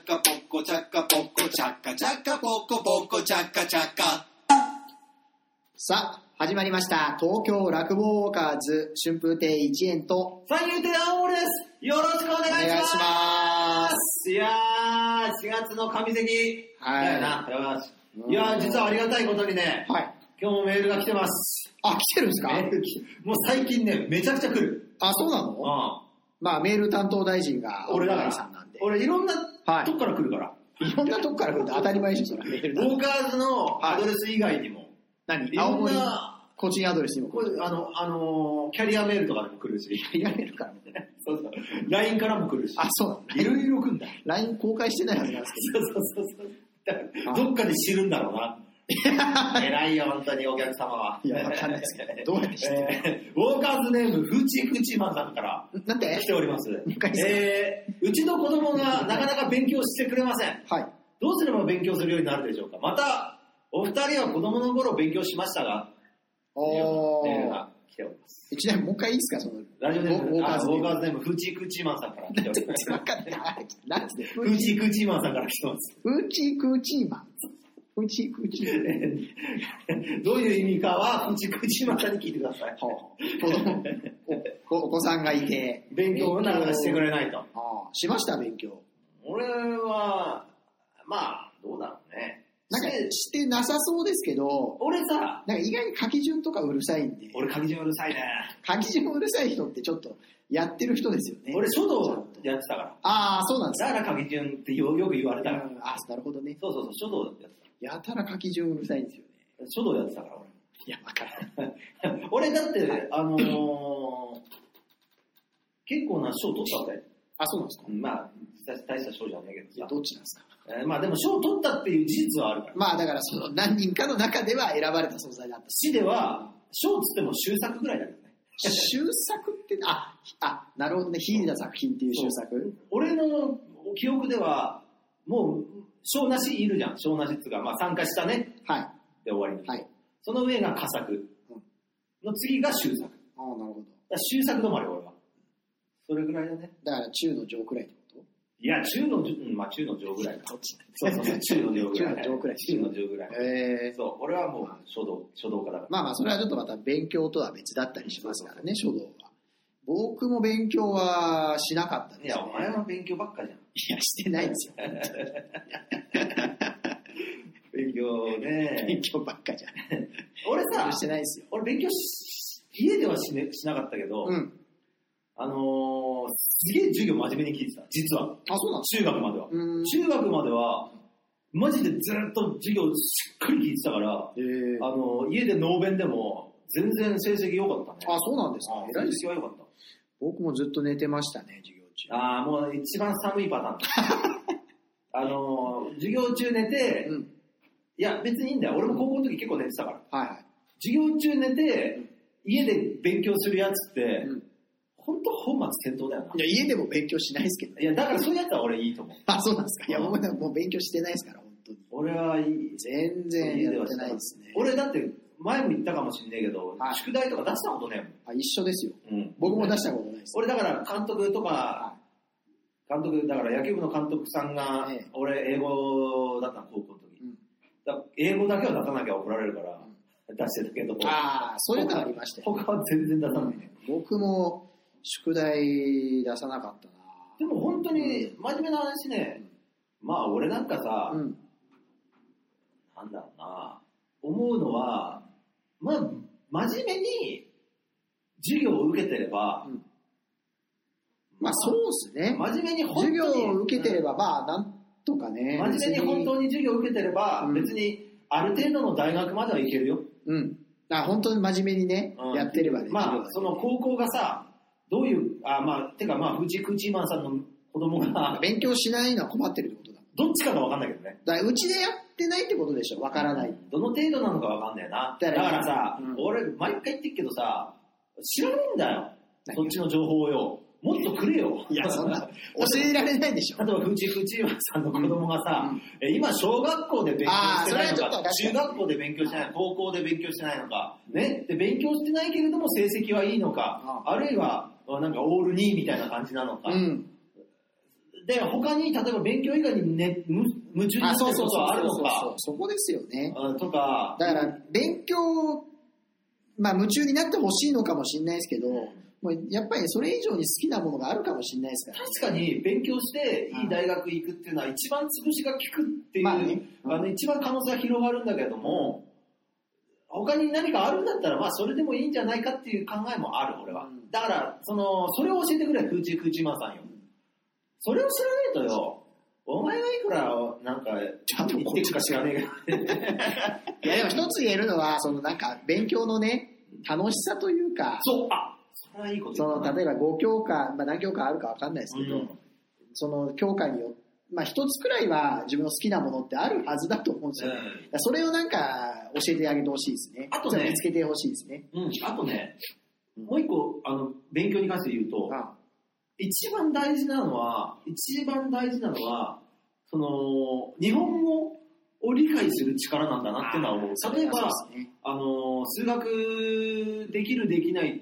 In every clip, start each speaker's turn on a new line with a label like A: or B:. A: チャカポコチャカチャカポコポコチャカチャカ
B: さあ、始まりました。東京落語ウォーカーズ春風亭一円と
C: 三遊亭青森ですよろしくお願
B: お願いし
C: いします
B: ます。
C: いやー、4月の上関。
B: はい
C: だよな、よし
B: うん
C: いやー、実はありがたいことにね、
B: はい。
C: 今日もメールが来てます。
B: あ、来てるんですか
C: メール来 もう最近ね、めちゃくちゃ来る。
B: あ、そうな
C: うん
B: の。まあ、メール担当大臣が
C: 俺だか
B: さんな
C: ら
B: んで、。
C: 俺いろんな
B: はい
C: とこから来るから。
B: いろんなとこから来ると当たり前でしょ、それ。メール
C: ウ
B: だ
C: ォーカーズのアドレス以外にも、い
B: 何
C: ろんな
B: 青森、個人アドレスにも
C: これあの、あのー、キャリアメールとかでも来るし、
B: いられるからみたいな。
C: そうそう LINE からも来るし、
B: あ、そうなの。
C: いろいろ来るんだ。
B: LINE 公開してないはずなんです
C: そうそうそうそう。だからどっかで知るんだろうな。 偉いよ、本当にお客様は。
B: いやわかんないですけどどうやって知って
C: えーウォーカーズネーム、ふちふちまさんから
B: けど。なんて
C: 来ております
B: 一回。して
C: えーうちの子供がなかなか勉強してくれません。
B: はい。
C: どうすれば勉強するようになるでしょうかまた、お二人は子供の頃勉強しましたが、
B: お
C: メール
B: ー。
C: が来ております。
B: ちなみにもう一回いいですか、その。
C: ラジオネー
B: ウォ
C: ム、
B: ーカ
C: あ
B: ー
C: ウ
B: ズ
C: ォーカーズネーム、ふちくちまんさんから来ており ます。
B: わかんない。なんで
C: ふちくちまんさんから来てます。
B: うちくちまん。うちくちまん。
C: どういう意味かは、うちくちまたに聞いてください。
B: 子供おお子さんがいて。
C: 勉強をなかなかしてくれないと。
B: ああ、しました、勉強。
C: 俺は、まあ、どうだろうね。
B: なんか、してなさそうですけど、
C: 俺さ、
B: なんか意外に書き順とかうるさいんで、
C: 俺、鍵順うるさいね。
B: 書き順うるさい人ってちょっとやってる人ですよね。
C: 俺、書道やってたか
B: ああ、そうなんです
C: ら。だから鍵順ってよよく言われたから。
B: うんああ、なるほどね。
C: そうそうそう、書道やってた。
B: やたら書き順うるさいんですよね。
C: 書道やってたから、
B: いや、わからない。
C: 俺。 俺、だって、あのー、結構な賞取ったんだよ。
B: あ、そうなんですか
C: まあ、実際大した賞じゃないけど
B: いや、
C: さ。
B: どっちなんですか
C: えーまあ、でも賞取ったっていう事実はあるから。
B: まあ、だからその何人かの中では選ばれた存在だ ったし。
C: 市では、賞つっても終作ぐらいだけどね。
B: 修作って、あ、あ、なるほどね。秀田作品っていう修作。
C: 俺の記憶では、もう、小なしいるじゃん。小なしっつうか、まあ参加したね。
B: はい。
C: で終わりに。
B: はい。
C: その上が佳作。の次が終作。だか
B: ああ、なるほど。
C: ら終作止まり、俺は。それぐらいだね。
B: だから中の上くらいってこ
C: いや、中の上、うん、まあ中の上ぐらいか。
B: とどっち
C: そうそうそう、 中の上ぐらい。
B: 中の上ぐらい
C: 中の上ぐらい。
B: えー
C: そう、俺はもう書道、書道家だから。
B: まあまあ、それはちょっとまた勉強とは別だったりしますからね、書道は。僕も勉強はしなかったです、ね。
C: いや、お前は勉強ばっかじゃん。
B: いや、してないですよ。
C: 勉強
B: 勉
C: ね。
B: 強ばっかじ ゃ。
C: 俺さ、
B: してないですよ。
C: 俺勉強し、家ではし,、ね、しなかったけど、
B: うん。
C: あのー、すげえ授業真面目に聞いてた、実は。
B: あ、そうなんです
C: 中学までは。
B: うーん
C: 中学までは、マジでずっと授業しっかり聞いてたから、
B: えー
C: あのー、家で能弁でも、全然成績良かったね。
B: あ、そうなんですか。
C: あ
B: 偉いです
C: 成績
B: よ。
C: は良かっ
B: 僕もずっと寝てましたね、授業中。
C: た。ああ、もう一番寒いパターン だ。あのー、授業中寝て、
B: うん。
C: いや別にいいんだよ。俺も高校の時結構寝てたから。
B: はいはい。
C: 授業中寝て、家で勉強するやつって、
B: うん
C: ほんと本末転倒だよ
B: いや、家でも勉強しないですけど ね。
C: な。いや、だからそういうやつは俺いいと思う。
B: あ、そうなんですか。いや、僕はもう勉強してないですから、本当に。
C: 俺はいい。
B: 全然やってないですね。
C: 俺だって前も言ったかもしんないけど、
B: はい
C: 宿題とか出したことね
B: あ、一緒ですよ。
C: えもん、
B: 僕も出したことないです。
C: 俺だから監督と
B: は
C: か、監督だから野球部の監督さんが、
B: ええ
C: 俺英語だったの高校の時、
B: うん
C: だから英語だけは出さなきゃ怒られるから、出してたけど
B: ああ、そういうのありましたよ。
C: 他は全然出さないね、
B: 僕も宿題出さなかった
C: でも本当に真面目な話ね、まあ俺なんかさ、
B: な。うん。
C: なんだろうな、思うのは、まあ、真面目に授業を受けてれば、
B: うんまあそうですね。
C: 真面目に本当
B: 授
C: に
B: 業を受けてれば、まあなんとかね。
C: うん真面目に本
B: に。
C: 当に授業を受けてれば、
B: うん
C: 別にある程度の大学まではいけるよ、
B: うん。あ本当に真面目にね
C: うん、
B: やってればね。
C: ま
B: 授業
C: あ
B: は
C: その高校がさどういうあまあてかまあ藤井クチーマンさんの子供が
B: 勉強しないのは困ってるってことだ。
C: どっちかが分かんないけどね
B: だからうちでやってないってことでしょ。わからない。
C: どの程度なのか分かんないな
B: だ
C: だ
B: か
C: かららさ、
B: うん
C: 俺毎回言ってるけどさ知らないんだよ
B: 何が
C: そっちの情報をよもっとくれよ
B: いや、そんな、教えられないでしょ
C: 例。えば、フチフチマンさんの子供がさ、え今、小学校で勉強してないの
B: あーそれはちょっと
C: か、
B: 確か
C: 中
B: に
C: 学校で勉強してない、高校で勉強してないのか、ね、で勉強してないけれども成績はいいのか、
B: あ
C: あるいは、あなんかオール2みたいな感じなのか、
B: うん。
C: で、他に、例えば勉強以外に、ね、む夢中になってることはあるの
B: そう
C: か、
B: そこですよね。
C: うんとか、
B: だから、勉強、まあ、夢中になってほしいのかもしれないですけど、もうやっぱりそれ以上に好きなものがあるかもしれないですから。
C: 確かに勉強していい大学行くっていうのは一番潰しが効くっていう、
B: ま
C: ま
B: あ
C: あ
B: ね
C: の一番可能性が広がるんだけども、他に何かあるんだったら、まあそれでもいいんじゃないかっていう考えもある、俺は
B: うん。
C: だから、その、それを教えてくれ、空中空中マンさんよ。それを知らないとよ、お前はいくら、なんか、
B: ちゃんと
C: 生きてるか知らねえけど
B: いや、でも一つ言えるのは、そのなんか、勉強のね、楽しさというか、
C: そう、あ、それはいいこと
B: そ
C: 言っ
B: の
C: たな
B: 例えば5教科、まあ、何教科あるかわかんないですけど、
C: うん
B: その教科によって、まあ、一つくらいは自分の好きなものってあるはずだと思うんですよ。
C: うん
B: だからそれをなんか教えてあげてほしいですね。
C: あとね
B: 見つけてほしいですね。
C: うん、あとね、もう一個、あの、勉強に関して言うと、
B: あ
C: 一番大事なのは、一番大事なのは、その、日本語を理解する力なんだなっていうのは思う。例えば、
B: そうですね
C: あの、数学できるできない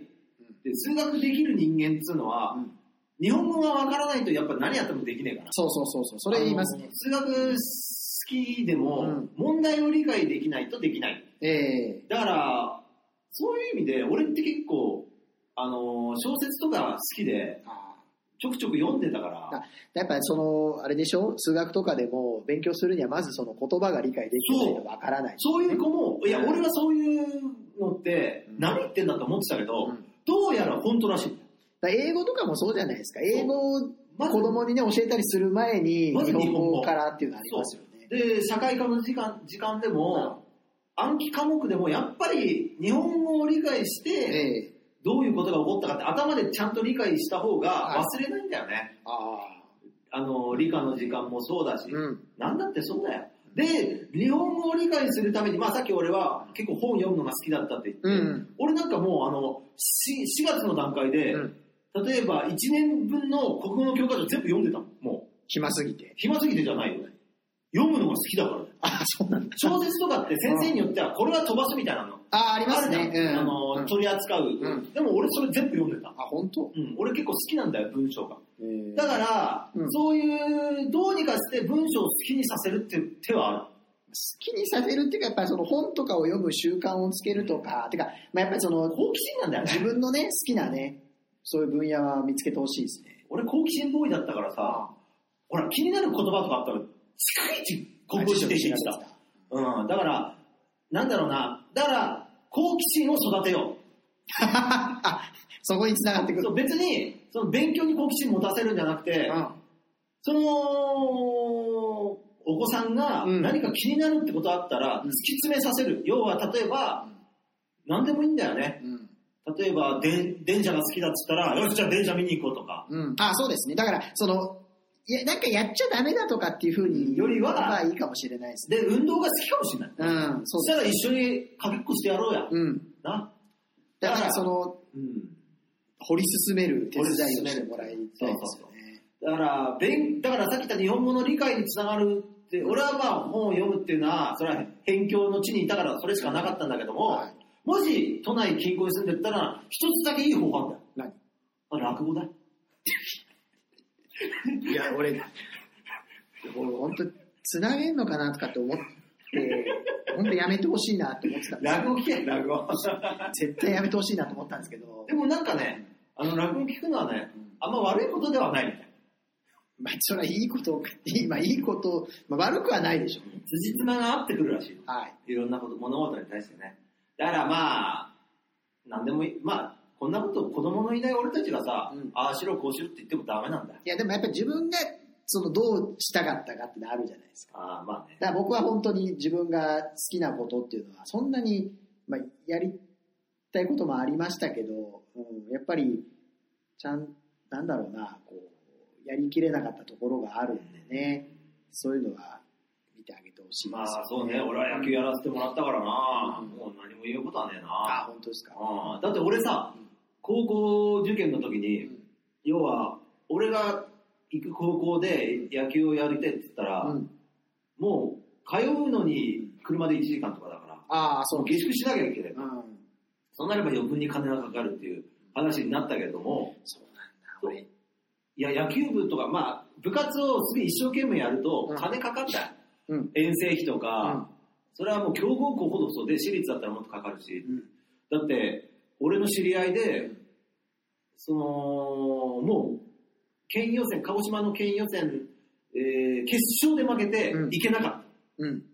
C: で、数学できる人間っていうのは、
B: うん
C: 日本語がわからないとやっぱ何やってもできねえから。
B: そうそうそうそう、それ言います
C: あ
B: ね
C: の。数学好きでも、
B: うん
C: 問題を理解できないとできない。
B: ええ
C: だから、そういう意味で、俺って結構、あのー小説とか好きで、
B: あ
C: ちょくちょく読んでたから、
B: あーやっぱりその、あれでしょ数学とかでも勉強するにはまずその言葉が理解できないとわからない。
C: そういう子も、いや、俺はそういうのって
B: うん、
C: 何言ってんだと思ってたけど、
B: うん
C: どうやら本当らしい。
B: だから英語とかもそうじゃないですか。英語を
C: ま
B: 子
C: ず
B: 供にね、教えたりする前に、
C: まず
B: 日
C: 日
B: 本
C: 本語
B: 語からっていうのありますよね。
C: で、社会科の時間時間でも、暗記科目でも、やっぱり日本語を理解し
B: え
C: て、
B: え
C: どういうことが起こったかって、頭でちゃんと理解した方が忘れないんだよね。
B: ああ。
C: あの、理科の時間もそうだし、
B: うん
C: なんだってそうだよ。で、日本語を理解するために、まあさっき俺は結構本読むのが好きだったって言って、
B: うん
C: 俺なんかもうあの、し 4, 月の段階で、
B: うん
C: 例えば1年分の国語の教科書全部読んでたもん。もう、
B: 暇すぎて。
C: 暇すぎてじゃないよね。読むのが好きだから。
B: ああ、そうなんだ。
C: 小説とかって先生によっては、これは飛ばすみたいなの。
B: ああ、あります
C: じゃ
B: ね
C: ん。
B: うん、
C: あの、
B: うん
C: 取り扱う、
B: うん
C: でも俺それ全部読んでた。
B: あ、本当。
C: うん、俺結構好きなんだよ、文章が。
B: えー
C: だから、
B: うん
C: そういう、どうにかして文章を好きにさせるっていう手はあ
B: 好きにさせるっていうか、やっぱりその本とかを読む習慣をつけるとか、てか、まあ、やっぱりそ
C: る。
B: の、
C: 好奇心なんだよ
B: 自
C: ね。
B: 分のね、好きなね、そういう分野は見つけてほしいですね。
C: 俺好奇心ボーイだったからさ、ほら、気になる言葉とかあったら、逐一国語辞典してきた。うん、だから、なんだろうな、だから、好奇心を育てよ
B: あ、そこに繋がって
C: う。
B: くる。
C: そう別に、その勉強に好奇心持たせるんじゃなくて、
B: うん
C: その、お子さんが
B: うん
C: 何か気になるってことあったら、
B: うん
C: 突き詰めさせる。要は、例えば、何でもいいんだよね。
B: うん。
C: 例えば、で電車が好きだっつったら、よし、じゃあ電車見に行こうとか。
B: うん。あ、そうですね。だから、その、いや、なんかやっちゃダメだとかっていうふうに、
C: よりは
B: まあいいかもしれないですね。
C: で、運動が好きかもしれない。
B: うん、そ
C: そうしたら一緒にかけっこしてやろうや。
B: うん。
C: な。
B: だから、その、
C: うん。
B: 掘り進める手伝いをしてもらいたいですよね。
C: だから、勉、だからさっき言った日本語の理解につながるって、俺はまあ本を読むっていうのは、それは辺境の地にいたからそれしかなかったんだけども、
B: はい
C: もし都内近郊に住んでったら、一つだけいい方法あんだよ。
B: 何
C: あ落語だよ。
B: いや、俺、俺本当、つなげんのかなとかって思って、本当やめてほしいなと思ってたんで
C: 落語聞け、落語。
B: す絶対やめてほしいなと思ったんですけど
C: で、もなんかね、あの落語聞くのはね、あんま悪いことではないみたい。
B: まあ、それはいいこと、今いいこと、まあ、悪くはないでしょうね。
C: 辻褄が合ってくるらしいよ。
B: はい。
C: いろんなこと、物事に対してね。だからまあ、なんでもいい。まあ、こんなこと子供のいない俺たちがさ、
B: うん
C: ああしろこうしろって言ってもダメなんだよ。
B: いや、でもやっぱり自分が、その、どうしたかったかってのあるじゃないですか。
C: ああ、まあね。
B: だから僕は本当に自分が好きなことっていうのは、そんなに、まあ、やりたいこともありましたけど、うん、やっぱり、ちゃん、なんだろうな、こう、やりきれなかったところがあるんでね、そういうのは見てあげてほしいですよ
C: まあそうね、俺は野球やらせてもらったからな、
B: うん
C: もう何も言うことはねえ
B: あ
C: な。、
B: 本当ですか。
C: ああだって俺さ、高校受験の時に、
B: うん
C: 要は、俺が行く高校で野球をやりたいって言ったら、
B: うん、
C: もう通うのに車で1時間とかだから、
B: ああ、そう
C: もう。下宿しなきゃいけない。
B: うん、
C: そうなれば余分に金がかかるっていう話になったけども、
B: そうなんだ、俺。
C: いや、野球部とか、まあ、部活をすげえ一生懸命やると
B: うん
C: 金かかった、
B: うん。
C: 遠征費と
B: う
C: か
B: ん、
C: それはもう強豪校ほどそうで私立だったらもっとかかるし
B: うん。
C: だって俺の知り合いでそのもう県予選鹿児島の県予選、えー決勝で負けて
B: うん
C: 行けなかった、
B: うん。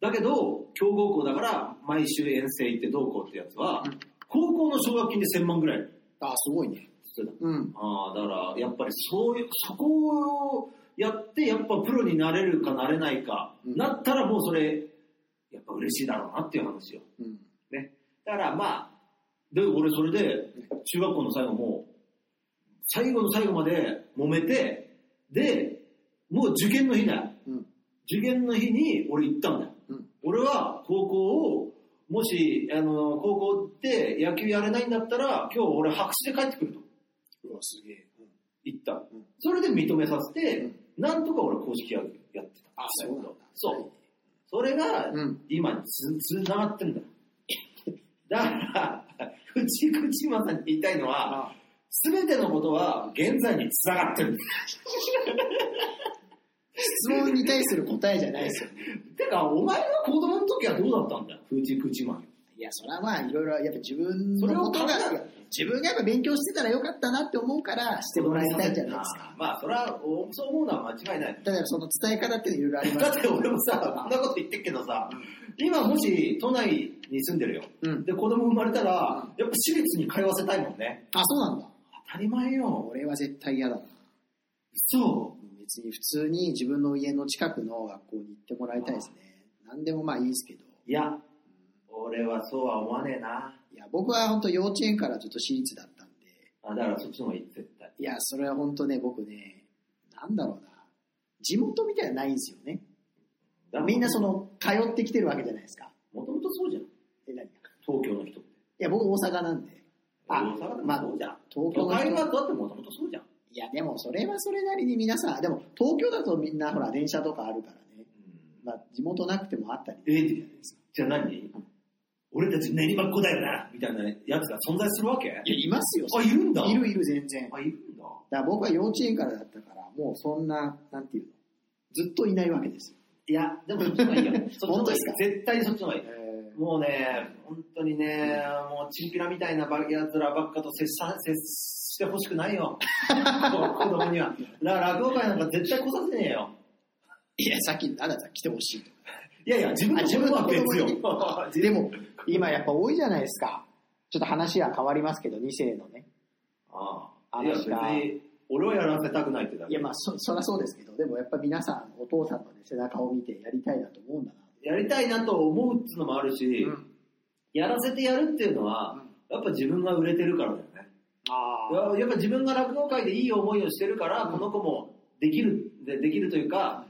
C: だけど強豪校だから毎週遠征行ってどうこうってやつは、
B: うん
C: 高校の奨学金で1000万ぐらい
B: あ、すごいね。
C: してた
B: うん。
C: ああ、だから、やっぱりそういう、そこをやって、やっぱプロになれるかなれないか、
B: うん
C: なったらもうそれ、やっぱ嬉しいだろうなっていう話よ。
B: うん。
C: ね。だからまあ、で、俺それで、中学校の最後も、最後の最後まで揉めて、で、もう受験の日だよ。
B: うん。
C: 受験の日に俺行ったんだよ。
B: うん。
C: 俺は高校を、もし、あの、高校で野球やれないんだったら、今日俺白紙で帰ってくると。
B: うわ、すげえ。
C: 行った
B: ん。
C: それで認めさせて、
B: うん
C: なんとか俺公式ややってた。
B: あそうなんだ
C: そう。それが
B: うん、
C: 今につ、つながってんだ。 だから、口口まさに言いたいのは、
B: あ
C: すべてのことは現在につながってる。
B: 質問に対する答えじゃないですよね。
C: てか、お前が子供の時はどうだったんだよ、口口まん。
B: いや、それはまあ、いろいろ、やっぱ自分
C: それ
B: の
C: を
B: ことが
C: 考える、
B: 自分がやっぱ勉強してたらよかったなって思うから、してもらいたいんじゃないですか。
C: まあ、それは、おそう思うのは間違いない。
B: 例えばその伝え方っていうのいろいろあり
C: だ
B: ま
C: っ
B: す
C: て俺もさ、こんなこと言ってっけどさ、今もし都内に住んでるよ。
B: うん
C: で、子供生まれたら、やっぱ私立に通わせたいもんね。
B: あ、そうなんだ。
C: 当たり前よ。
B: 俺は絶対嫌だな。
C: そ
B: 別に普通に自分の家の近くの学校に行ってもらいたいですね。何でもまあいいですけど。
C: う。いや、俺はそうは思わねえな。
B: いや、僕は本当幼稚園からずっと私立だったんで、
C: あだからそっちの方がいい、絶対。
B: いや、それは本当ね、僕ね、なんだろうな。地元みたいなのないんですよね。みんなそ
C: の。
B: の、通ってきてるわけじゃないですか。
C: もともとそうじゃん。
B: え、何い
C: 東京の人って。
B: や、僕大阪なんで。あ
C: 大阪でも
B: まあ
C: そうじゃん。
B: 東京
C: 都
B: の
C: 会
B: 人
C: はだってもともとそうじゃん。
B: いや、でもそれはそれなりに皆さん、でも東京だとみんなほら、電車とかあるからね。まあ、地元なくてもあったり。
C: ええじゃあ何俺たち練馬っ子だよな、みたいなやつが存在するわけ
B: いや、いますよ。
C: あ、いるんだ。
B: い。るいる、全然。
C: あ、いるんだ。
B: だから僕は幼稚園からだったから、もうそんな、なんていうの、ずっといないわけですよ。
C: いや、でもそっちの方 がいいよ。そっちの方
B: 本当
C: がい
B: で
C: い
B: すか
C: 絶対そっちの方がいい。もうね、本当にね、もうチンピラみたいなやつらばっかと接さ接してほしくない よ。子供には。だから落語会なんか絶対来させねえよ。
B: いや、さっき、あなた来てほしいと。
C: いやいや、自分
B: あ
C: の
B: 自分の子供に
C: 子供は別 よ。
B: でも、今やっぱ多いじゃないですか。ちょっと話は変わりますけど、2世のね。
C: あ
B: あ
C: あ。いや、
B: 確
C: 別
B: か
C: に、俺はやらせたくないってだ
B: い
C: け
B: や、まあ、そ、そらそうですけど、でもやっぱ皆さん、お父さんのね、背中を見てやりたいなと思うんだな。
C: やりたいなと思うっつうのもあるし、やらせてやるっていうのは、やっぱ自分が売れてるからだよね。
B: あ
C: い
B: あ。
C: ややっぱ自分が落語界でいい思いをしてるから、この子もできる、でできるというか、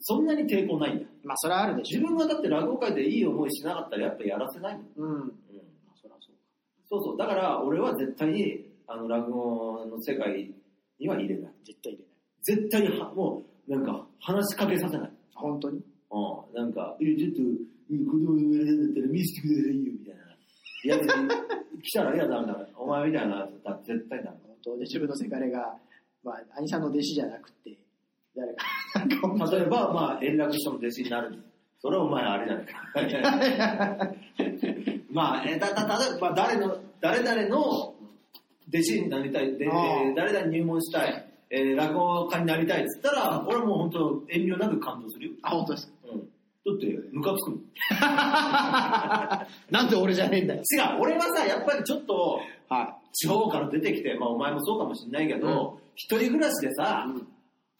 C: そんなに抵抗ないんだ。
B: まあ、それはあるでし
C: 自
B: ょ。
C: 分がだって落語界でいい思いしなかったらやっぱやらせないもん。
B: うん。まあ、そらそうか。
C: そうそう。だから俺は絶対に、あの、落語の世界には入れない。
B: 絶対入れない。
C: 絶対には、もう、なんか、話しかけさせない。
B: 本当に
C: うん。なんか、え、ちょっと、うん子供がやるんだったら見せてくださいよ、みたいな。やつ来たら、いや、ダメダ メ。お前みたいなやつだったら絶対ダメ。
B: 本当で、自分のせがれが、まあ、兄さんの弟子じゃなくて、誰か、 なんか
C: 例えば、 まあ、円楽師匠の弟子になる。それはお前あれじゃないか。 まあ、えた、た、た、まあ、誰の、誰々の弟子になりたい、でえ
B: ああ
C: ー誰々に入門したい、えー落語家になりたいっつったら、俺もう本当遠慮なく感動するよ。
B: あ、本当です。
C: うん。だって、ムカつくもん
B: なんで俺じゃねえんだよ。
C: 違う、俺はさ、やっぱりちょっと、
B: は
C: 地方から出てきて、まあお前もそうかもしれないけど、一人暮らしでさ、
B: うん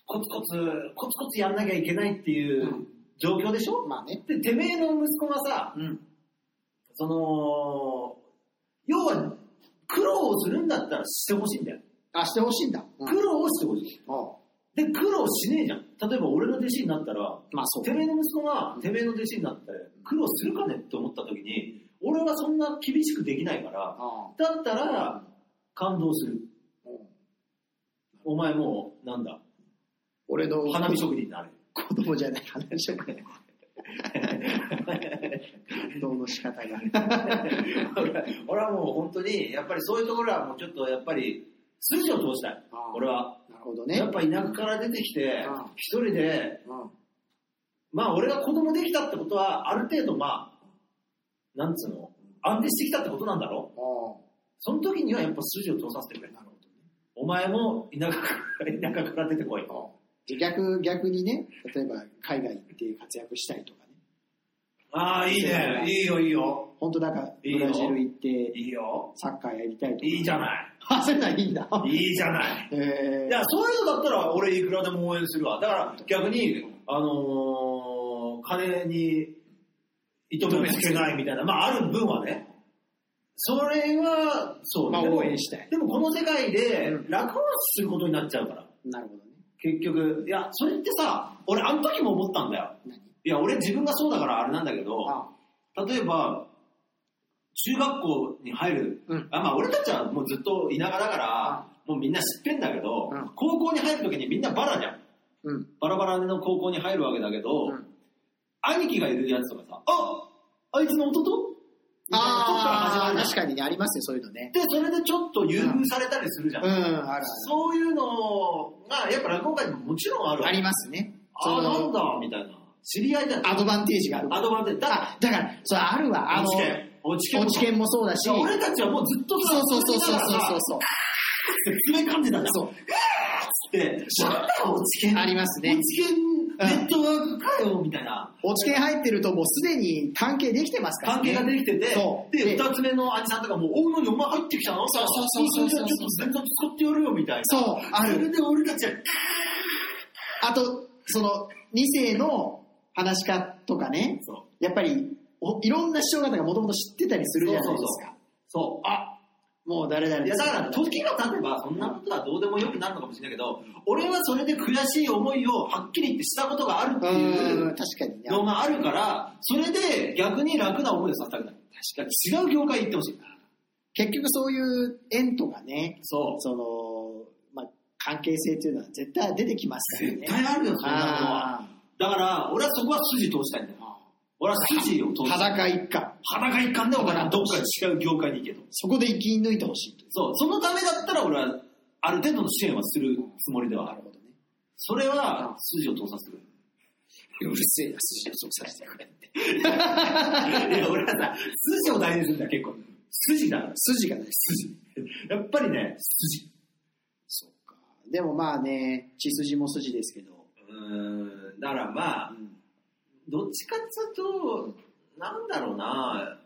C: コツコツ、コツコツやんなきゃいけないっていう
B: うん
C: 状況でしょ、
B: まあね。
C: で、てめえの息子がさ、
B: うん。
C: その、要は、苦労をするんだったらしてほしいんだよ。
B: あ、してほしいんだ。うん。
C: 苦労をしてほしい。
B: ああ
C: で、苦労しねえじゃん。例えば俺の弟子になったら、
B: まあそう
C: て。めえの息子が、てめえの弟子になって、苦労するかねって思った時に、俺はそんな厳しくできないから、
B: あ
C: だったら、感動する。
B: あうん
C: お前もう、なんだ、
B: 俺の
C: 花見職人になれ。
B: 子供じゃない花見職人。運動の仕方が。
C: 俺 俺はもう本当に、やっぱりそういうところはもうちょっとやっぱり、筋を通したい
B: あ。ー
C: 俺は。
B: なるほどね。
C: やっぱ田舎から出てきて
B: うん、
C: 一人で、
B: うん
C: まあ俺が子供できたってことは、ある程度まあ、なんつうの、安定してきたってことなんだろうその時にはやっぱ筋を通させてくれ。
B: なるほどね
C: お前も田舎から、 田舎から出てこい。
B: で逆、逆にね、例えば海外行って活躍したいとかね。
C: ああ、いいね。いいよ、いいよ。
B: 本当だから、
C: いいよ
B: ブラジル行って、
C: いいよ。
B: サッカーやりたいとか。
C: いいじゃ
B: ん。
C: ない。
B: あ、 そういうのはいいんだ。
C: いいじゃない。
B: え
C: い
B: ー
C: や、そういうのだったら俺いくらでも応援するわ。だから逆に、あのー金に糸目つけないみたいな、まあある分はね。それは、そう
B: まあ
C: でも
B: 応援したい
C: でもこの世界で
B: うん
C: 落語することになっちゃうから。
B: なるほどね。
C: 結局、いや、それってさ、俺あの時も思ったんだよ。
B: 何
C: いや、俺自分がそうだからあれなんだけど、
B: あ
C: 例えば、中学校に入る、
B: うん
C: あまあ俺たちはもうずっと田舎だから、もうみんな知ってんだけど、
B: うん
C: 高校に入る時にみんなバラじゃん。
B: うん。
C: バラバラの高校に入るわけだけど、
B: うん
C: 兄貴がいるやつとかさ、ああいつの弟みたいなとこから始ま
B: あ
C: る
B: あ、
C: じゃん
B: 確かにね、ありますね、そういうのね。
C: で、それでちょっと優遇されたりするじゃん。
B: うん、あるある。
C: そういうのが、やっぱ落語界にももちろんあるわ
B: あ
C: け
B: りますね。
C: あ
B: そ
C: あ、
B: の
C: なんだ、みたいな。知り合いだよ。
B: アドバンテージがある。
C: アドバンテージ。だから
B: あ、だから、そう、あるわ。あの、
C: 落ち券。落ち券
B: 落ち券もそうだし、
C: いや俺たちはもうずっと
B: そうそうそうそうそうそう
C: う。
B: そう。
C: 冷感じたんだ。
B: そう
C: う。って、なんだよ、落ち券。
B: ありますね
C: 落ち券ネットワークかよ、みたいな。
B: 落ち券入ってるともうすでに関係できてますから
C: 関
B: ね。
C: 係ができてて、
B: そう
C: で、
B: で
C: 二つ目の兄さんとかも、おい、何お前入ってきたのそう
B: そうそうそうそう
C: ちょっと全然使ってやるよ、みたいな。
B: そうある
C: それで俺たちは、
B: あと、その、2世の話し家とかね、
C: そう。
B: やっぱり、おいろんな師匠方がもともと知ってたりするじゃないですか。
C: そう。あ、
B: もう誰々
C: い
B: で
C: や、
B: す
C: だから、時が経てば、そんなことはどうでもよくなるのかもしれないけど、俺はそれで悔しい思いをはっきり言ってしたことがあるっていう
B: うん、確かにね。
C: のがあるから、それで逆に楽な思いをさせたくない。確かに違う業界行ってほしい。
B: 結局そういう縁とかね、
C: そ
B: その、まあ、関係性っていうのは絶対出てきますか
C: う。
B: らね。
C: 絶対あるよ、そんなものは。
B: あ
C: だから、俺はそこは筋通したいんだよ。俺は筋を通
B: ー
C: したい。
B: 裸一貫。
C: 裸一貫で俺はどっか違う業界に行けと。
B: そこで生き抜いてほしいと。
C: そう。そのためだったら俺は、ある程度の支援はするつもりではある。
B: ほどね。
C: それは、筋を通させてくれる。
B: うるせえな、筋をそうさせてくれって。
C: いや、俺はさ、筋を大事にするんだよ、結構。筋だから。
B: 筋がない、筋。
C: やっぱりね、筋。
B: そっか。でもまあね、血筋も筋ですけど。
C: うーん。だからまあ
B: う、ん。
C: どっちかっていうと、なんだろうな、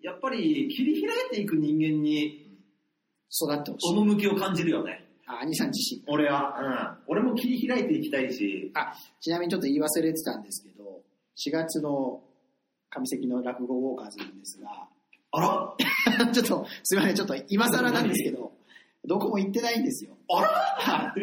C: やっぱり切り開いていく人間に
B: 育ってほしい。
C: 趣を感じるよね。
B: あ、兄さん自身。
C: 俺は。うん。俺も切り開いていきたいし、
B: あ、ちなみにちょっと言い忘れてたんですけど、4月の上関の落語ウォーカーズなんですが、
C: あら
B: ちょっと、すいません、ちょっと今更なんですけど、どこも行ってないんですよ。
C: あらこ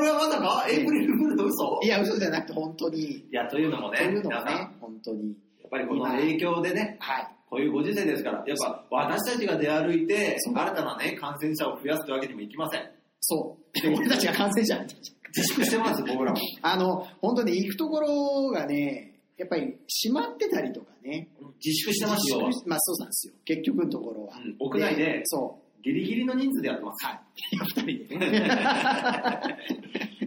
C: れはまさかエイプリルフールの嘘
B: いや、嘘じゃなくて本当に、
C: いや、というのもね、
B: というの
C: 皆
B: も
C: さんや
B: ね、本当に。
C: っぱりこの影響でね、
B: はい。
C: こういうご時世ですから、やっぱ私たちが出歩いて、
B: そう
C: 新たなね、感染者を増やすというわけにもいきません。
B: そう。俺たちが感染者になっちゃう
C: 自粛してます、僕らも。
B: あの、本当に行くところがね、やっぱり閉まってたりとかね。
C: 自粛してますよ。
B: まあそうなんですよ。結局のところは。
C: うん屋内で
B: そ
C: ギリギリの人数でやってま
B: う。
C: す。
B: はい。二人でね。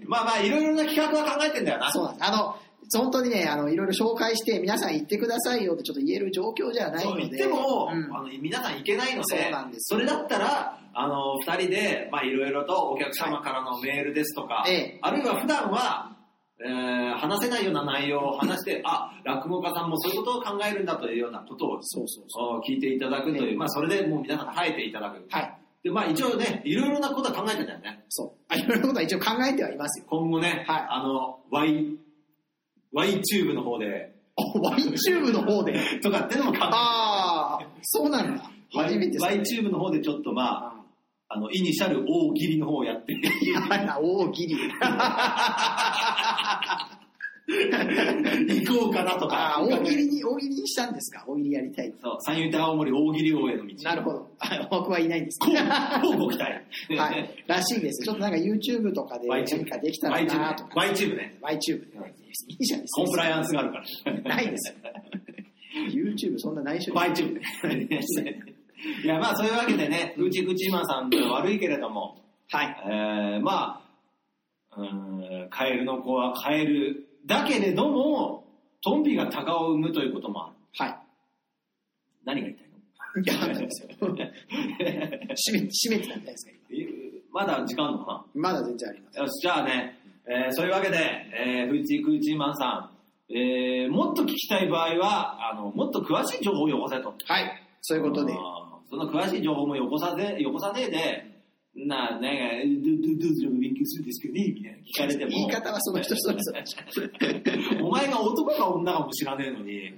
C: まあまあ、いろいろな企画は考えてんだよな。
B: そうなんです。あの、本当にね、あの、いろいろ紹介して、皆さん行ってくださいよってちょっと言える状況じゃない
C: そう
B: ので。
C: 言っても、
B: うん
C: あの皆さん行けないので、
B: そうなんです
C: それだったら、あの、二人で、まあいろいろとお客様からのメールですとか、
B: ええ
C: あるいは普段は、えー話せないような内容を話して、あ、落語家さんもそういうことを考えるんだというようなことを
B: そうそうそ
C: お聞いていただくという、
B: ええ
C: まあそれでもう皆さん耐えていただく。
B: はい。
C: で、まあ一応ね、いろいろなことは考えてたよね。
B: そう。あいろいろなことは一応考えてはいますよ。
C: 今後ね、
B: はい
C: あの、Y、Y チューブの方で、
B: ワイチューブの方で。
C: とかっていうのも考えてた
B: ああ、そうなんだ。初めて
C: y チューブの方でちょっとまあ、
B: あ
C: あの、イニシャル大喜利の方を やって、
B: やばいな、大喜利。
C: 行こうか なとか。
B: ああ、大喜利に、大喜利にしたんですか大喜利やりたい。
C: そう、三遊亭青森大喜利王への道。
B: なるほど。あ 僕 はいないんですけど。
C: こうご期待。
B: はい。らしいです。 ちょっとなんか YouTube とかで何
C: Y チューブ。
B: かできたら
C: Y チュー
B: な
C: ブ
B: と
C: ね
B: か。
C: Y チューブね。
B: YTube で。いいじゃないですか。
C: コンプライアンスがあるから。
B: ないですよ。YouTube そんな内緒
C: Y チューブね。 いや、まあそういうわけでね、うちぐちまさんで悪いけれども、
B: はい。
C: えー、まあ、うん、カエルの子はカエル。だけれども、トンビが鷹を産むということもある。
B: はい。
C: 何が言いたいの
B: いや、わかんないですよ。 閉め、閉めてたんじゃないですか、今。
C: えまだ時間あるのか
B: まだ全然あります。
C: なよし、じゃあね、えーそういうわけで、えー、フーチークーチーマンさん、えー、もっと聞きたい場合は、あの、もっと詳しい情報をよこせと。
B: はい。そういうことで
C: あー。その詳しい情報もよこさせ、よこさねえで、な、なんか、ど、ど、どうすれば勉強するんですけどね、みたいな聞かれても。
B: 言い方はその人それぞれ。
C: お前が男か女かも知らねえのに、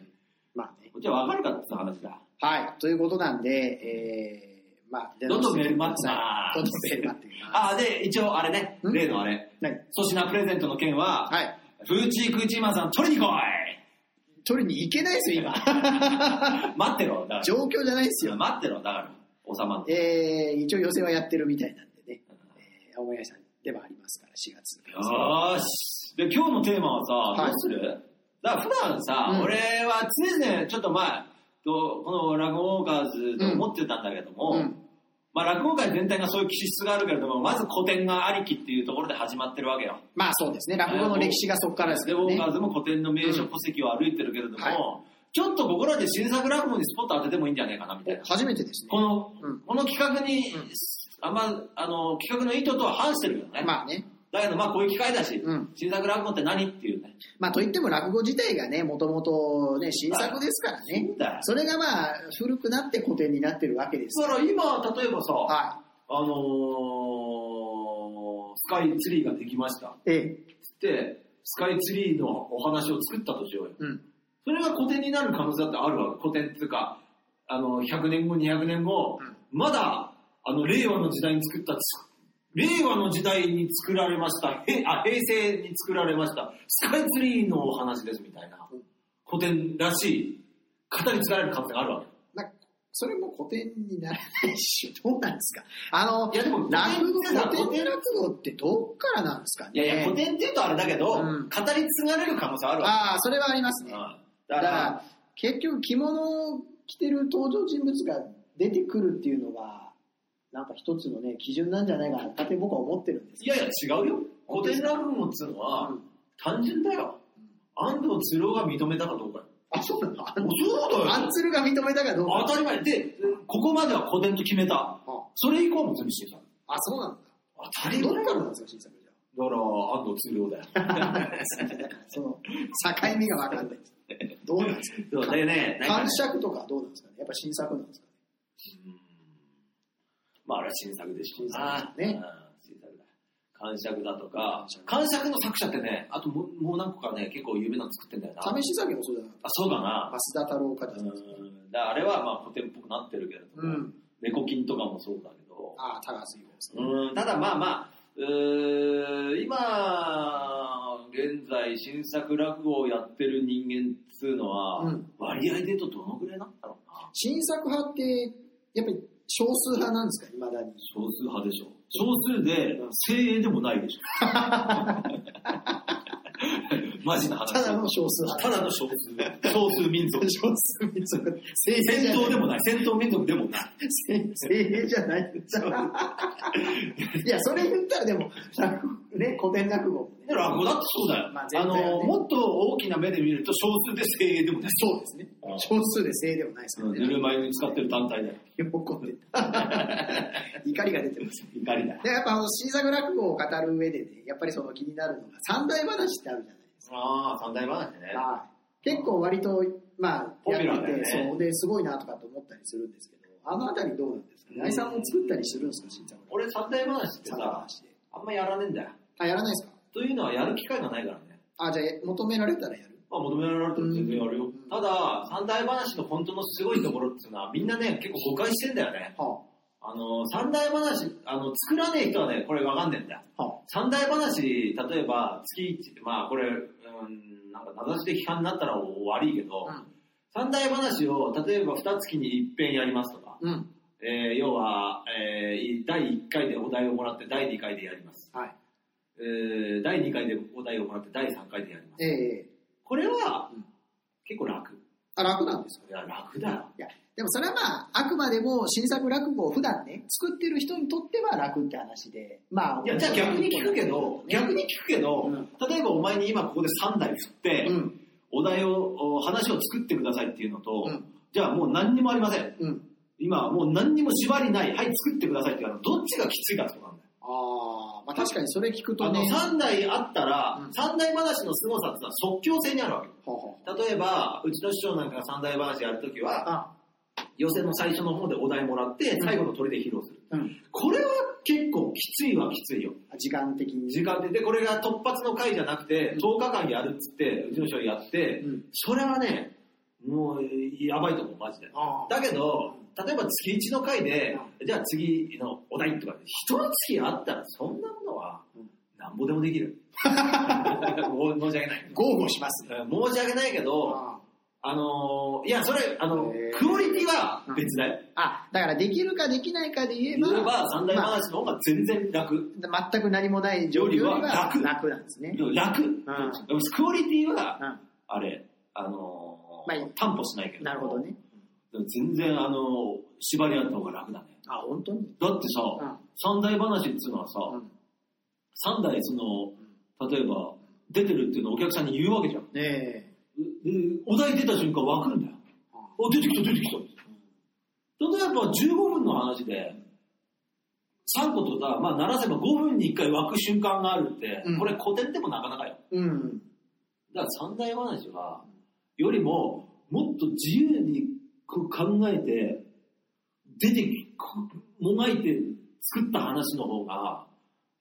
B: まあね。
C: こっちはわかるかって話だ。
B: はい。ということなんで、えー、まあ、
C: どんどんメール待ってま
B: どん
C: す
B: どんメール待ってます。
C: あ、で、一応あれね、
B: ん
C: 例のあれ、
B: 何
C: 粗品プレゼントの件は、
B: はい。
C: フーチークーチーマンさん取りに来い
B: 取りに行けないですよ、 今。
C: 待ってろ、だか
B: 状況じゃないです
C: ら。
B: よ。
C: 待ってろ、だから、収まんの
B: えー、一応予選はやってるみたいなんでね。えー、青森屋さんではありますから、4月。
C: よーし。で、今日のテーマはさ、
B: はい
C: どうするだから普段さ、
B: うん
C: 俺は常々、ちょっと前、とこの落語ウォーカーズと思ってたんだけども、
B: うん
C: まあ、落語界全体がそういう気質があるけれども、まず古典がありきっていうところで始まってるわけよ。
B: まあそうですね。落語の歴史がそこからですけ
C: で、ウ
B: ど
C: ォ
B: ね
C: ーカ。ーズも古典の名所、
B: うん
C: 戸籍を歩いてるけれども、
B: は
C: ちょっとここらで新作落語にスポット当ててもいいんじゃないかな、みたいな。
B: 初めてです
C: こ
B: ね。
C: の、
B: うん
C: この企画に、
B: うん
C: あんま、あの、企画の意図とは反してるよね。
B: まあね。
C: だけど、まあ、こういう機会だし、
B: うん
C: 新作落語って何っていうね。
B: まあといっても落語自体がね、もともとね、新作ですからね
C: そうだよ。
B: それがまあ古くなって古典になってるわけです
C: だ
B: か
C: から今、例えばさ、
B: ら。は
C: あのースカイツリーができました。
B: い。ええ。
C: で、スカイツリーのお話を作ったとしようよ。
B: うん。
C: それが古典になる可能性だってあるわけ。古典っていうか、あの、100年後、200年後、
B: うん
C: まだ、あの、令和の時代に作ったつ、令和の時代に作られました、へあ平成に作られました、スカイツリーのお話ですみたいな、
B: うん
C: 古典らしい、語り継がれる可能性があるわけ。
B: なんかそれも古典にならないし、 どうなんですかあの、
C: いやでも
B: 落語、
C: 古典ってさ
B: 古典落語ってどっからなんですかね。
C: いやいや、古典って言うとあれだけど、
B: うん
C: 語り継がれる可能性あるわ
B: ああ、それはあります
C: け。
B: ね。
C: うんだ
B: だから
C: か
B: ら、結局着物を着てる登場人物が出てくるっていうのが、なんか一つのね、基準なんじゃないかなって僕は思ってるんです
C: いやいや、違うよ。古典落語っつうのは、
B: うん
C: 単純だよ。安藤鶴夫が認めたかどうかよ。
B: あ、そうなの
C: そういうことよ。
B: アンツルが認めたかどうか。
C: 当たり前で、ここまでは古典と決めた。それ以降はもう全部してた。
B: あ、そうなんだ。
C: 当たり
B: ど
C: 前
B: っ
C: だ
B: から
C: ろ。
B: なんです
C: だか
B: か、新作じゃ。
C: ら、安藤鶴夫だよ。
B: その、境目がわかんないです。どうなんです
C: そうでね、
B: か
C: なんかね
B: 感触とかはどうなんですかねやっぱ新作なんですかね
C: まああれは新作でしょうな。
B: 新作だね
C: うん。新作だ。感触だとか、感触の作者ってね、あともうもう何個かね、結構有名なの作ってんだよな。
B: 試し作業もそうじゃなかっ
C: あ、そうだ
B: た。
C: な。
B: 増田太郎か
C: う
B: じゃないですか。
C: ん。だからあれはまあ古典っぽくなってるけれど
B: う
C: も
B: ん、
C: 猫、金とかもそうだけど、
B: ああ、高杉ですね。
C: うんただまあまあ、うー今、現在新作落語をやってる人間っつうのは、
B: うん
C: 割合で言うとどのぐらいなんだろうな。
B: 新作派って、やっぱり少数派なんですか、いまだに。
C: 少数派でしょ。少数で、精鋭でもない でしょ。マジな話。
B: ただの少数
C: た
B: 派。
C: だの少数。少数民 族。
B: 少数民族。戦
C: 戦闘で
B: も。
C: もない。戦闘民族でもない。
B: 精鋭じゃない。いや、それ言ったらでも、落語ね、古典落語もね。
C: で落語だってそうだよ。
B: まあ
C: あ
B: 全体はね
C: の、もっと大きな目で見ると少数で精鋭でもない。
B: そうですね
C: うん。
B: 少数で精鋭ではないですから
C: ぬ
B: ね。
C: るま湯に使ってる団体だよ。
B: 怒ってた。怒りが出てます。
C: 怒りだ。
B: でやっぱあの新作落語を語る上でね、やっぱりその気になるのが三大話ってあるじゃないです
C: ああ、三大話ね
B: か。。はい、結構割と、まあ、
C: ポピュ
B: や
C: ラ
B: っ
C: ーだ
B: て
C: よ
B: て、
C: ね
B: そうで、すごいなとかと思ったりするんですけど、あのあたりどうなんですか
C: うん
B: 内さんも作ったりするんですか、新作落語。
C: 俺三大話って
B: 三大
C: さ、
B: 話で。
C: あんまやらねえんだよ。
B: あ、やらないですか
C: というのはやる機会がないからね。
B: あ、じゃあ求められたらやる。
C: まあ求められても全然やるよ
B: うん。
C: ただ、三大話の本当のすごいところっていうのは、みんなね、結構誤解してんだよね。
B: は
C: あの、三大話、あの、作らねえ人はね、これわかんねえんだよ。
B: あ、は
C: 三大話、例えば、月一、まあこれ、うん、なんか名指しで批判になったら悪いけど、
B: あ。
C: 三大話を、例えば二月に一遍やりますとか、
B: うん。うん。
C: えー要は、えー第1回でお題をもらって第2回でやります。
B: はい。
C: えー第2回でお題をもらって第3回でやります。
B: ええ
C: これは、
B: うん
C: 結構楽。
B: あ、楽なんですか
C: いや、楽だよ。
B: いや、でもそれはまあ、あくまでも新作落語を普段ね、作ってる人にとっては楽って話で。まあ、
C: いや、じゃあ逆に聞くけど、逆に聞くけど、例えばお前に今ここで3台振って、
B: うん、
C: お題を、お話を作ってくださいっていうのと、
B: うん
C: じゃあもう何にもありません。
B: うん。
C: 今もう何にも縛りない、はい、作ってくださいっていうのは、どっちがきついかってことなんだよ。
B: ああ、まあ確かにそれ聞く
C: あ
B: と
C: の、
B: ね。
C: 3台あったら、
B: うん
C: 三3台話の凄さってのは即興性にあるわけ。
B: ほうほう
C: 例えば、うちの師匠なんかが三大話やるときは、
B: あ、
C: 予選の最初の方でお題もらって、最後の鳥で披露する。
B: うん。
C: これは結構きついはきついよ。
B: 時間的に。
C: 時間で、で、これが突発の回じゃなくて、10日間やるっつって、うちの師匠やって、
B: うん
C: それはね、もう、やばいと思う、マジで。
B: あ
C: だけど、例えば月1の回で、じゃあ次のお題とか、一月あったらそんなものは
B: うん、
C: なんぼでもで きる。もう申し訳ない。
B: 豪語します。
C: 申し訳ないけど、
B: あ
C: あのーいや、それ、あの、
B: へー
C: クオリティは別だよ。
B: あ、だからできるかできないかで言え
C: 言
B: ば、
C: えば、三大話の方が全然楽。
B: まあ全く何もない状況より
C: よりは
B: は
C: 楽
B: 楽なんですね。
C: 楽。でもクオリティは、
B: うん
C: あれ、あのー
B: まあいい
C: 担保しないけど。
B: なるほど。ね。
C: でも全然、あのー縛りあった方が楽だね。
B: あ、本当に。
C: だってさ、
B: うん
C: 三大話っていうのはさ、
B: うん
C: 三代その、例えば、出てるっていうのをお客さんに言うわけじゃん。
B: ねえ。
C: でお題出た瞬間湧くんだよ。あ、出てきた、出てきた。例えば15分の話で、3個とか、まあ、鳴らせば5分に1回湧く瞬間があるって、
B: うん
C: これ古典でもなかなかよ。
B: うん。
C: だから三大話は、よりも、もっと自由にこう考えて、出てき、こもがいて作った話の方が、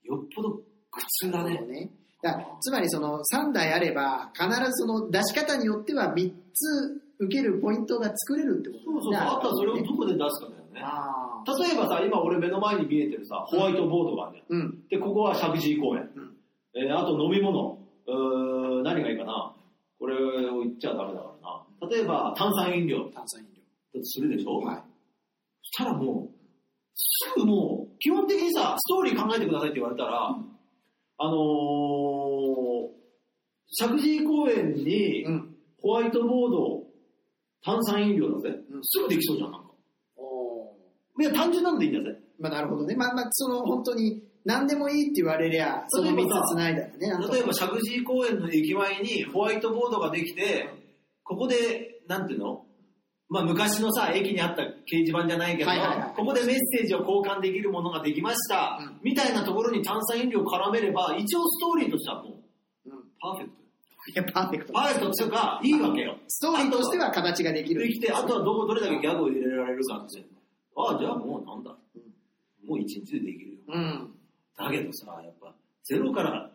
C: よっぽど苦痛だ
B: そ
C: ね
B: う。ね。だからつまりその3台あれば、必ずその出し方によっては3つ受けるポイントが作れるってこ
C: そう
B: と
C: そうそう。
B: だね
C: あとはそれをどこで出すかだよね。
B: ああ。
C: 例えばさ、今俺目の前に見えてるさ、ホワイトボードがあるね。
B: うん。
C: で、ここは石神井公園。
B: うん
C: えーあと飲み物。うーん何がいいかな。これを言っちゃダメだからな。例えば炭酸飲料だ
B: 炭酸飲
C: とするでしょ、
B: はい
C: そしたらもう、すぐもう、基本的にさ、ストーリー考えてくださいって言われたら、あのー、石神井公園に
B: 料。うん。
C: ホワイトボード、炭酸飲料だぜ。
B: うん
C: すぐできそうじゃん、なんか。
B: おー
C: いや、単純なんでいいんだぜ。
B: まあなるほどね。まあまあ、その本当に何でもいいって言われりゃ、その3つ繋いだらね。なんとか
C: 例えば、石神井公園の駅前にホワイトボードができて、ここで、なんていうのまあ、昔のさ、駅にあった掲示板じゃないけど、
B: はいはいはい
C: ここでメッセージを交換できるものができました、
B: うん
C: みたいなところに炭酸飲料を絡めれば、一応ストーリーとしてはもう、
B: うん。
C: パーフェクト。
B: いや、パーフェクト
C: パ。ーフェクトっていうか、いいわけよ。
B: ストーリーとしては形ができる。
C: できて、あとはどうどれだけギャグを入れられるかって。ああ、じゃあもうなんだ。もう一日でできるよ。
B: うん。
C: だけどさ、やっぱ、ゼロから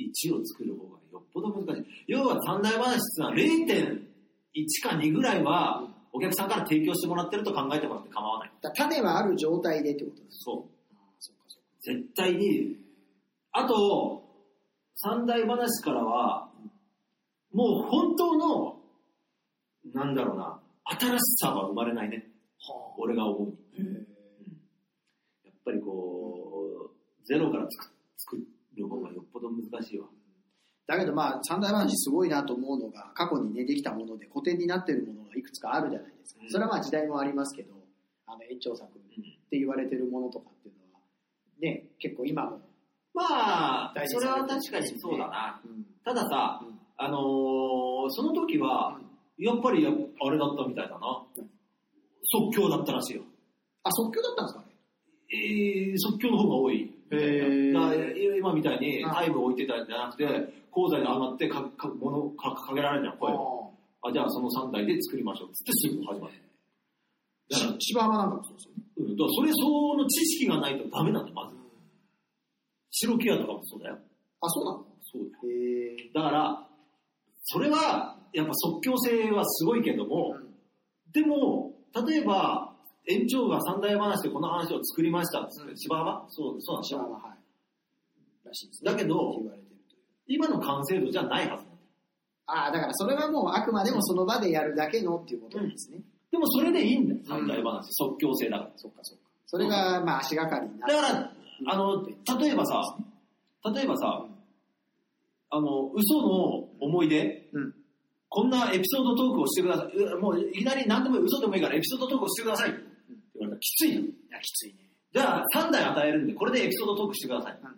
C: 1を作る方がよっぽど難しい。要は三大話ってのは0.1か2ぐらいは、お客さんから提供してもらってると考えてもらって構わない。
B: だから種はある状態でってことです。
C: そう。絶対に、あと、三大話からは、もう本当の、なんだろうな、新しさは生まれないね。俺が思うに。やっぱりこう、ゼロから作作る方がよっぽど難しいわ。
B: だけどまあ、三大話すごいなと思うのが、過去にね、できたもので古典になってるものがいくつかあるじゃないですか
C: う。ん
B: それはまあ時代もありますけど、あの、延長作って言われてるものとかっていうのは、ね、結構今も。
C: まあ
B: 大、事
C: そ
B: に
C: れ
B: され
C: は
B: てます
C: 確
B: よ
C: か
B: ね
C: にそうだな。
B: うん。
C: たださ、
B: うん
C: あのーその時は、やっぱりやあれだったみたいだな。即興だったらしいよ。
B: あ、即興だったんですかね
C: えー即興の方が多い。
B: へー
C: だから今みたいに
B: あ
C: タイムを置いてたんじゃなくて、講座に上がってかかものかかけられるじゃん、声をあ、じゃあその3台で作りましょう。つってすぐ始まる。だから
B: し芝浜なんかもそうですよね。
C: うん、だからそれ相応の知識がないとダメなんだよ、まず。白ケアとかもそうだよ。
B: あ、そうなの
C: そうだよ。
B: へ
C: だから、それは、やっぱ即興性はすごいけども、でも、例えば、園長が三大話でこの話を作りましたっつって、芝浜そう、そうなんです
B: 芝
C: よ。
B: 浜、はい。らしいですね。
C: だけど
B: って言われてるという。
C: 今の完成度じゃないはずなんだよ
B: ああ、だからそれはもうあくまでもその場でやるだけのっていうことなんですね。
C: でもそれでいいんだよ、三大話、即興性だから。
B: そっかそっか。それが、まあ足がかりになる。
C: だから、あの、例えばさ、例えばさ、あの、嘘の思い出、
B: うん。
C: ここんなエピソードトークをしてください。うもういきなり何でもいい嘘でもいいからエピソードトークをしてください。って言われたらきついの。
B: いや、きついね。
C: じゃあ3台与えるんで、これでエピソードトークしてください。
B: うん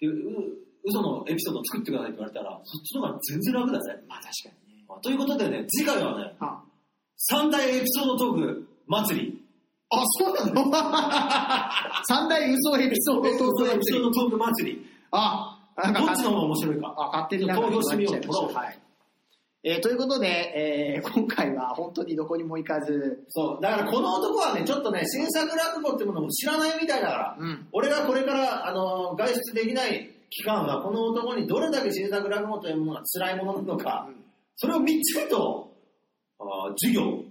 C: でう嘘のエピソードを作ってくださいって言われたら、そっちの方が全然楽だぜ。
B: まあ確かにね。
C: ということでね、次回はね、
B: あ、
C: 3大エピソードトーク祭り。
B: あそうなの 三大嘘エピソードトーク
C: エ
B: エ
C: ピ
B: ピソ
C: ソー
B: ー
C: ド
B: ド。
C: トーク祭り。
B: あ、なん
C: ど
B: か
C: っ
B: 勝
C: ち
B: 手
C: の
B: に、
C: 方が面白いか。
B: あ勝手になんか
C: 投票してみよう
B: 決まっちゃいましたはい。えーということで、えー今回は本当にどこにも行かず、
C: そう。だからこの男はね、ちょっとね、新作落語ってものも知らないみたいだから、
B: うん
C: 俺がこれから、あのー外出できない期間は、この男にどれだけ新作落語というものが辛いものなのか、
B: うん
C: それをみっちりと、あー授業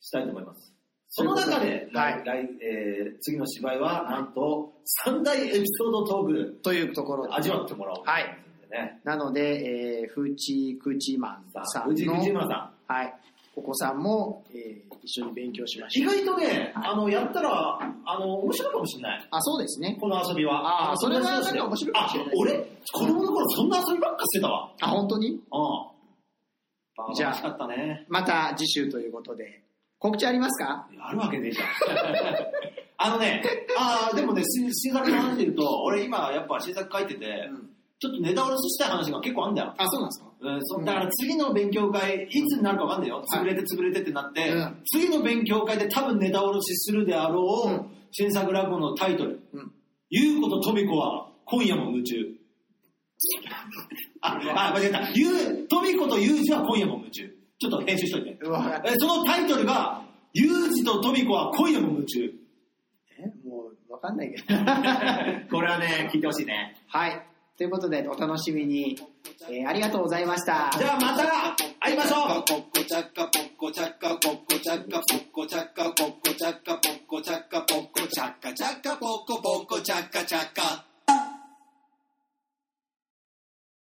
C: したいと思います。その中で、
B: はい
C: 来来えー次の芝居は、なんと、三大エピソードトーク、
B: というところで、
C: 味わってもらおうと思いますんでね。
B: なので、えー、フーチークーチーマン
C: さ
B: さ
C: あ、
B: ん
C: 藤井
B: の、
C: 藤村さん。
B: はい、お子さんも、えー一緒に勉強しまし
C: 意
B: ょう。
C: 外とね、あの、やったら、あの、面白いかもしれない。
B: あ、そうですね。
C: この遊びは。
B: あーそれはなんか面白いかもしれない
C: あ、俺、子供の頃そんな遊びばっかしてたわ。
B: あ、本当に
C: うん。
B: じゃあ
C: 楽しかったね。
B: また次週ということで、告知ありますか
C: あるわけねえじゃん。 あのね、あーでもね、新新作の話で言うと、俺今やっぱ新作書いてて、ちょっとネタ下ろししたい話が結構あんだよ。
B: あ、そうなんですか
C: うん、そだから次の勉強会、いつになるかわかんないよ。
B: い
C: 潰れて潰れてってなって、
B: うん
C: 次の勉強会で多分ネタ下ろしするであろう、
B: うん
C: 新作落語のタイトル。
B: うん。
C: ゆうこととみこは今夜も夢 中。あ、あ、間違えた。ゆう、とみことゆうじは今夜も夢中。ちょっと編集しといて。
B: うわ
C: えそのタイトルが、ゆうじととみこは今夜も夢中。
B: えもう、わかんないけど。
C: これはね、聞いてほしいね。
B: はい。ということで、お楽しみに。えーありがとうございました。
C: じゃあまた会いましょう
A: Poco chaca, poco chaca, poco chaca, poco chaca, poco chaca, poco chaca, poco chaca, chaca, poco, poco chaca, chaca.